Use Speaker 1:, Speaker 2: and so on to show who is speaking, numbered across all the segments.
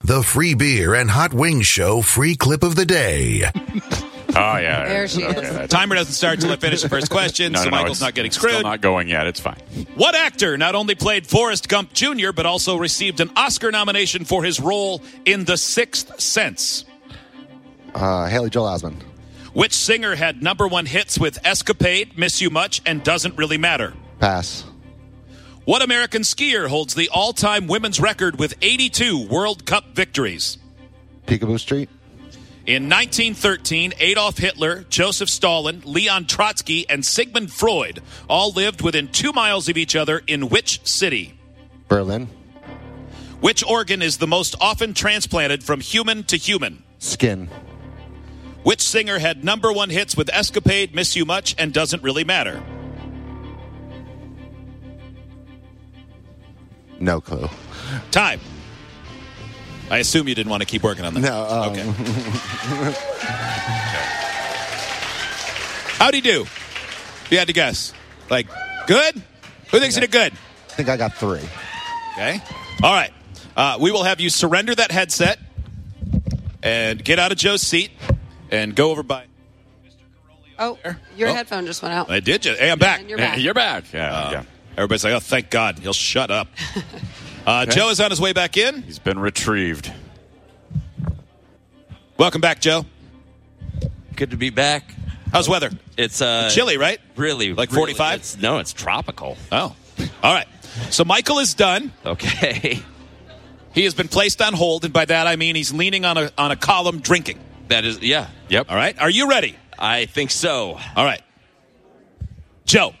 Speaker 1: The free beer and hot wings show free clip of the day.
Speaker 2: Oh yeah,
Speaker 3: There she is.
Speaker 2: that's-
Speaker 4: Timer doesn't start till I finish the first question,
Speaker 2: No,
Speaker 4: so
Speaker 2: no, no,
Speaker 4: Michael's
Speaker 2: it's
Speaker 4: not getting
Speaker 2: Still
Speaker 4: screwed.
Speaker 2: not going yet. It's fine.
Speaker 4: What actor not only played Forrest Gump Jr., but also received an Oscar nomination for his role in The Sixth Sense?
Speaker 5: Uh, Haley Joel Osment.
Speaker 4: Which singer had number one hits with Escapade, Miss You Much, and Doesn't Really Matter?
Speaker 5: Pass.
Speaker 4: What American skier holds the all time women's record with 82 World Cup victories?
Speaker 5: Peekaboo Street.
Speaker 4: In 1913, Adolf Hitler, Joseph Stalin, Leon Trotsky, and Sigmund Freud all lived within two miles of each other in which city?
Speaker 5: Berlin.
Speaker 4: Which organ is the most often transplanted from human to human?
Speaker 5: Skin.
Speaker 4: Which singer had number one hits with Escapade, Miss You Much, and Doesn't Really Matter?
Speaker 5: No clue.
Speaker 4: Time. I assume you didn't want to keep working on that.
Speaker 5: No, um,
Speaker 4: okay. How'd he do? If You had to guess. Like, good? Who thinks he did good?
Speaker 5: I think I got three.
Speaker 4: Okay. All right. Uh, we will have you surrender that headset and get out of Joe's seat and go over by.
Speaker 3: Oh, your
Speaker 4: Oh.
Speaker 3: headphone just went out.
Speaker 4: I did you. Hey, I'm back.
Speaker 3: And you're back.
Speaker 2: You're back. Yeah,
Speaker 4: Uh,
Speaker 2: yeah.
Speaker 4: Everybody's like, oh, thank God. He'll shut up. Uh, Joe is on his way back in.
Speaker 2: He's been retrieved.
Speaker 4: Welcome back, Joe.
Speaker 6: Good to be back.
Speaker 4: How's weather?
Speaker 6: It's uh,
Speaker 4: Chilly, right?
Speaker 6: Really,
Speaker 4: Like
Speaker 6: really-
Speaker 4: 45?
Speaker 6: it's- no, it's tropical.
Speaker 4: Oh. All right. So Michael is done.
Speaker 6: Okay,
Speaker 4: He has been placed on hold, and by that I mean he's leaning on a on a column drinking.
Speaker 6: that is yeah.
Speaker 2: Yep.
Speaker 4: All right. Are you ready?
Speaker 6: I think so.
Speaker 4: All right. Joe,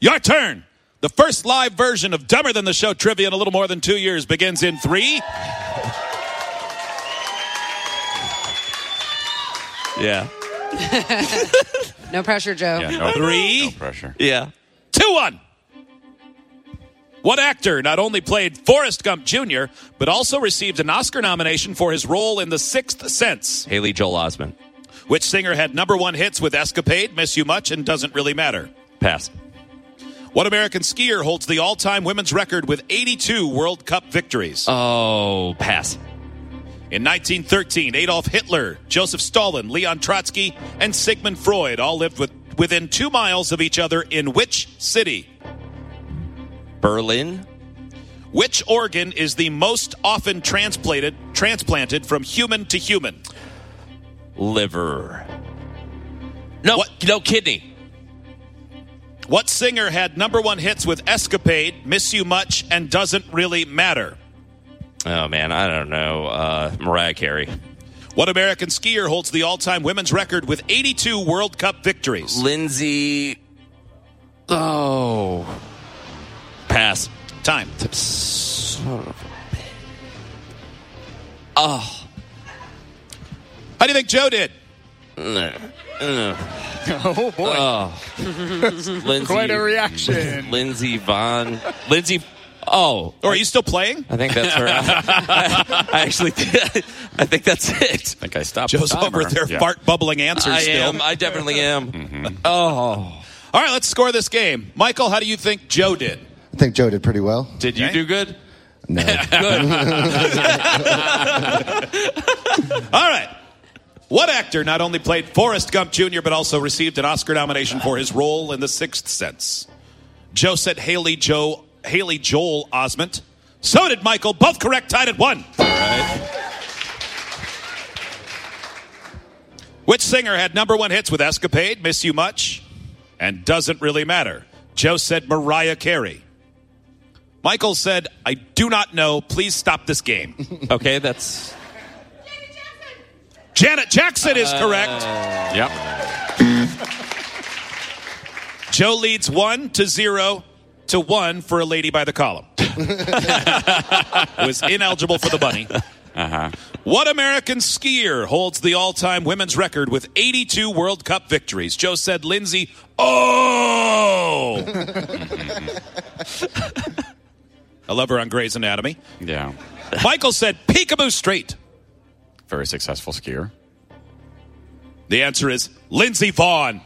Speaker 4: your turn. The first live version of Dumber Than the Show trivia in a little more than two years begins in three.
Speaker 6: Yeah,
Speaker 3: No pressure, Joe.
Speaker 2: Yeah, no,
Speaker 4: Three.
Speaker 2: No pressure.
Speaker 6: yeah.
Speaker 4: Two one. What actor not only played Forrest Gump Jr., but also received an Oscar nomination for his role in The Sixth Sense?
Speaker 6: Haley Joel Osment.
Speaker 4: Which singer had number one hits with Escapade, Miss You Much, and Doesn't Really Matter?
Speaker 6: Pass.
Speaker 4: What American skier holds the all time women's record with 82 World Cup victories?
Speaker 6: Oh, pass.
Speaker 4: In 1913, Adolf Hitler, Joseph Stalin, Leon Trotsky, and Sigmund Freud all lived with, within two miles of each other in which city?
Speaker 6: Berlin.
Speaker 4: Which organ is the most often transplanted transplanted from human to human?
Speaker 6: Liver. No,
Speaker 4: What?
Speaker 6: no kidney.
Speaker 4: What singer had number one hits with Escapade, Miss You Much, and Doesn't Really Matter?
Speaker 6: Oh man, I don't know. Uh, Mariah Carey.
Speaker 4: What American skier holds the all time women's record with 82 World Cup victories?
Speaker 6: Lindsay. Oh, pass.
Speaker 4: Time.
Speaker 6: Oh.
Speaker 4: How do you think Joe did?
Speaker 5: Oh boy.
Speaker 6: Lindsay,
Speaker 7: Quite a reaction.
Speaker 6: Lindsay Vaughn. Lindsay. Oh,
Speaker 4: Or are you still playing?
Speaker 6: I think that's her. I, actually, I think that's
Speaker 2: I
Speaker 6: it.
Speaker 2: think I stopped.
Speaker 4: Joe's
Speaker 2: the timer. Hmm.
Speaker 4: over there
Speaker 2: Yeah.
Speaker 4: fart bubbling answers
Speaker 6: I
Speaker 4: still.
Speaker 6: am. I definitely am. Oh,
Speaker 4: All right, let's score this game. Michael, how do you think Joe did?
Speaker 5: I think Joe did pretty well.
Speaker 6: did you
Speaker 4: Okay.
Speaker 6: do good?
Speaker 5: No.
Speaker 4: All right. What actor not only played Forrest Gump Jr., but also received an Oscar nomination for his role in The Sixth Sense? Joe said Haley Joe Haley Joel Osment. So did Michael. Both correct, tied at one. Which singer had number one hits with Escapade, Miss You Much, and Doesn't Really Matter? Joe said Mariah Carey. Michael said, I do not know. Please stop this game.
Speaker 6: Okay, that's
Speaker 4: Janet Jackson is correct.
Speaker 2: Yep.
Speaker 4: Joe leads one to zero to one for a lady by the column. Was ineligible for the bunny. What American skier holds the all time women's record with 82 World Cup victories? Joe said Lindsay, oh! I love her on Grey's Anatomy.
Speaker 2: Yeah.
Speaker 4: Michael said Peekaboo Street.
Speaker 2: Very successful skier.
Speaker 4: The answer is Lindsay Vaughn.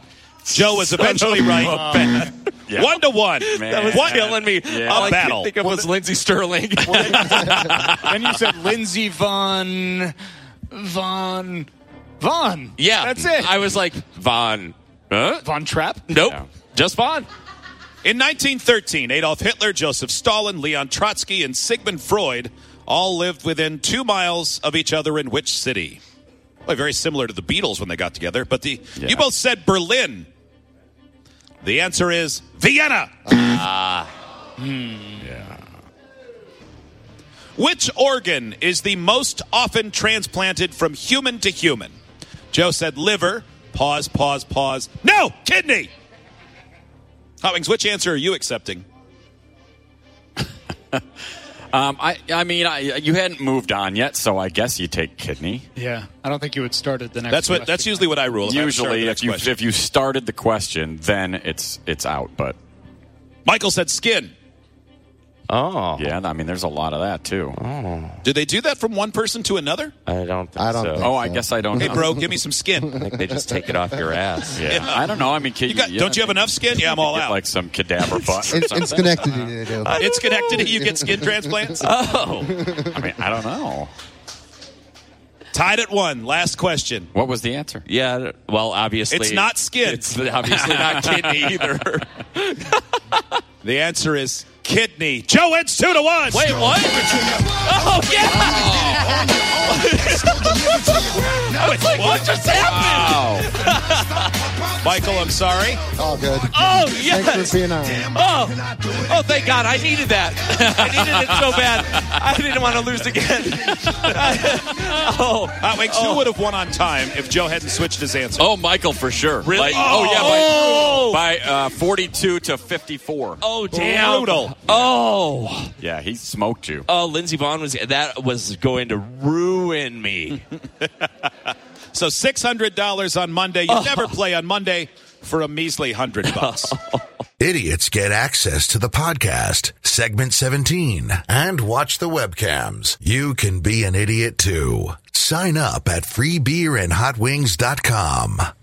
Speaker 4: Joe was eventually right.
Speaker 2: Yeah.
Speaker 4: One to one.
Speaker 2: That
Speaker 6: was
Speaker 4: what?
Speaker 6: killing me.
Speaker 2: Yeah.
Speaker 6: All I
Speaker 4: Battle.
Speaker 6: could think of was Lindsey Sterling.
Speaker 7: Then you said Lindsey Von Von Von.
Speaker 6: yeah,
Speaker 7: that's it.
Speaker 6: I was like Von. Huh?
Speaker 7: Von Trapp.
Speaker 6: Nope,
Speaker 2: No.
Speaker 6: just Von.
Speaker 4: In 1913, Adolf Hitler, Joseph Stalin, Leon Trotsky, and Sigmund Freud all lived within two miles of each other in which city? Well, very similar to the Beatles when they got together, but the
Speaker 2: Yeah.
Speaker 4: you both said Berlin. The answer is Vienna. Hmm.
Speaker 2: Yeah.
Speaker 4: Which organ is the most often transplanted from human to human? Joe said liver. Pause, pause, pause. No, kidney. Hoppings, which answer are you accepting?
Speaker 2: Um, I I mean I, you hadn't moved on yet, so I guess you take kidney.
Speaker 7: Yeah, I don't think you would start at the next.
Speaker 4: That's what. That's
Speaker 7: question.
Speaker 4: usually what I rule. If I'm sure of the
Speaker 2: Usually,
Speaker 4: next
Speaker 2: if you
Speaker 4: question.
Speaker 2: if you started the question, then it's it's out. But
Speaker 4: Michael said skin.
Speaker 6: Oh,
Speaker 2: yeah, I mean there's a lot of that too.
Speaker 4: Do they do that from one person to another?
Speaker 6: I don't. Think
Speaker 5: I don't
Speaker 6: so.
Speaker 5: think
Speaker 2: Oh, I
Speaker 5: so.
Speaker 2: guess I don't.
Speaker 4: Hey,
Speaker 2: know.
Speaker 4: bro, give me some skin.
Speaker 6: Like they just take it off your ass.
Speaker 2: Yeah, I don't know. I mean, kid,
Speaker 4: You got,
Speaker 2: yeah,
Speaker 4: don't you have enough skin? Yeah, I'm all
Speaker 2: get,
Speaker 4: out.
Speaker 2: Like some cadaver butt. or
Speaker 5: In, in
Speaker 2: something.
Speaker 5: Schenectady, they do.
Speaker 4: it's connected. You get skin transplants.
Speaker 6: Oh.
Speaker 2: I mean, I don't know.
Speaker 4: Tied at one. Last question.
Speaker 2: What was the answer?
Speaker 6: Yeah. Well, obviously
Speaker 4: It's not skin.
Speaker 6: It's obviously not kidney either.
Speaker 4: The answer is kidney. Joe, it's two to one.
Speaker 6: Wait, what? Oh yeah!
Speaker 2: Oh,
Speaker 6: I was like, what just happened?
Speaker 2: Oh,
Speaker 4: Michael, I'm sorry.
Speaker 5: All good.
Speaker 6: Oh
Speaker 5: Thanks
Speaker 6: yes!
Speaker 5: for being on.
Speaker 6: Oh, oh, thank God! I needed that. I needed it so bad. I didn't want to lose again. oh,
Speaker 4: Uh, wait, who would have won on time if Joe hadn't switched his answer?
Speaker 6: oh, Michael for sure. Really? oh,
Speaker 2: Oh!
Speaker 6: yeah. By,
Speaker 2: by uh, 42 to 54.
Speaker 6: oh damn.
Speaker 4: Brutal.
Speaker 6: Oh.
Speaker 2: Yeah, he smoked you.
Speaker 6: Oh, Lindsey Vaughn was that was going to ruin me.
Speaker 4: So $600 on Monday. You never play on Monday for a measly 100 bucks.
Speaker 1: Idiots get access to the podcast, segment 17, and watch the webcams. You can be an idiot too. Sign up at freebeerandhotwings.com.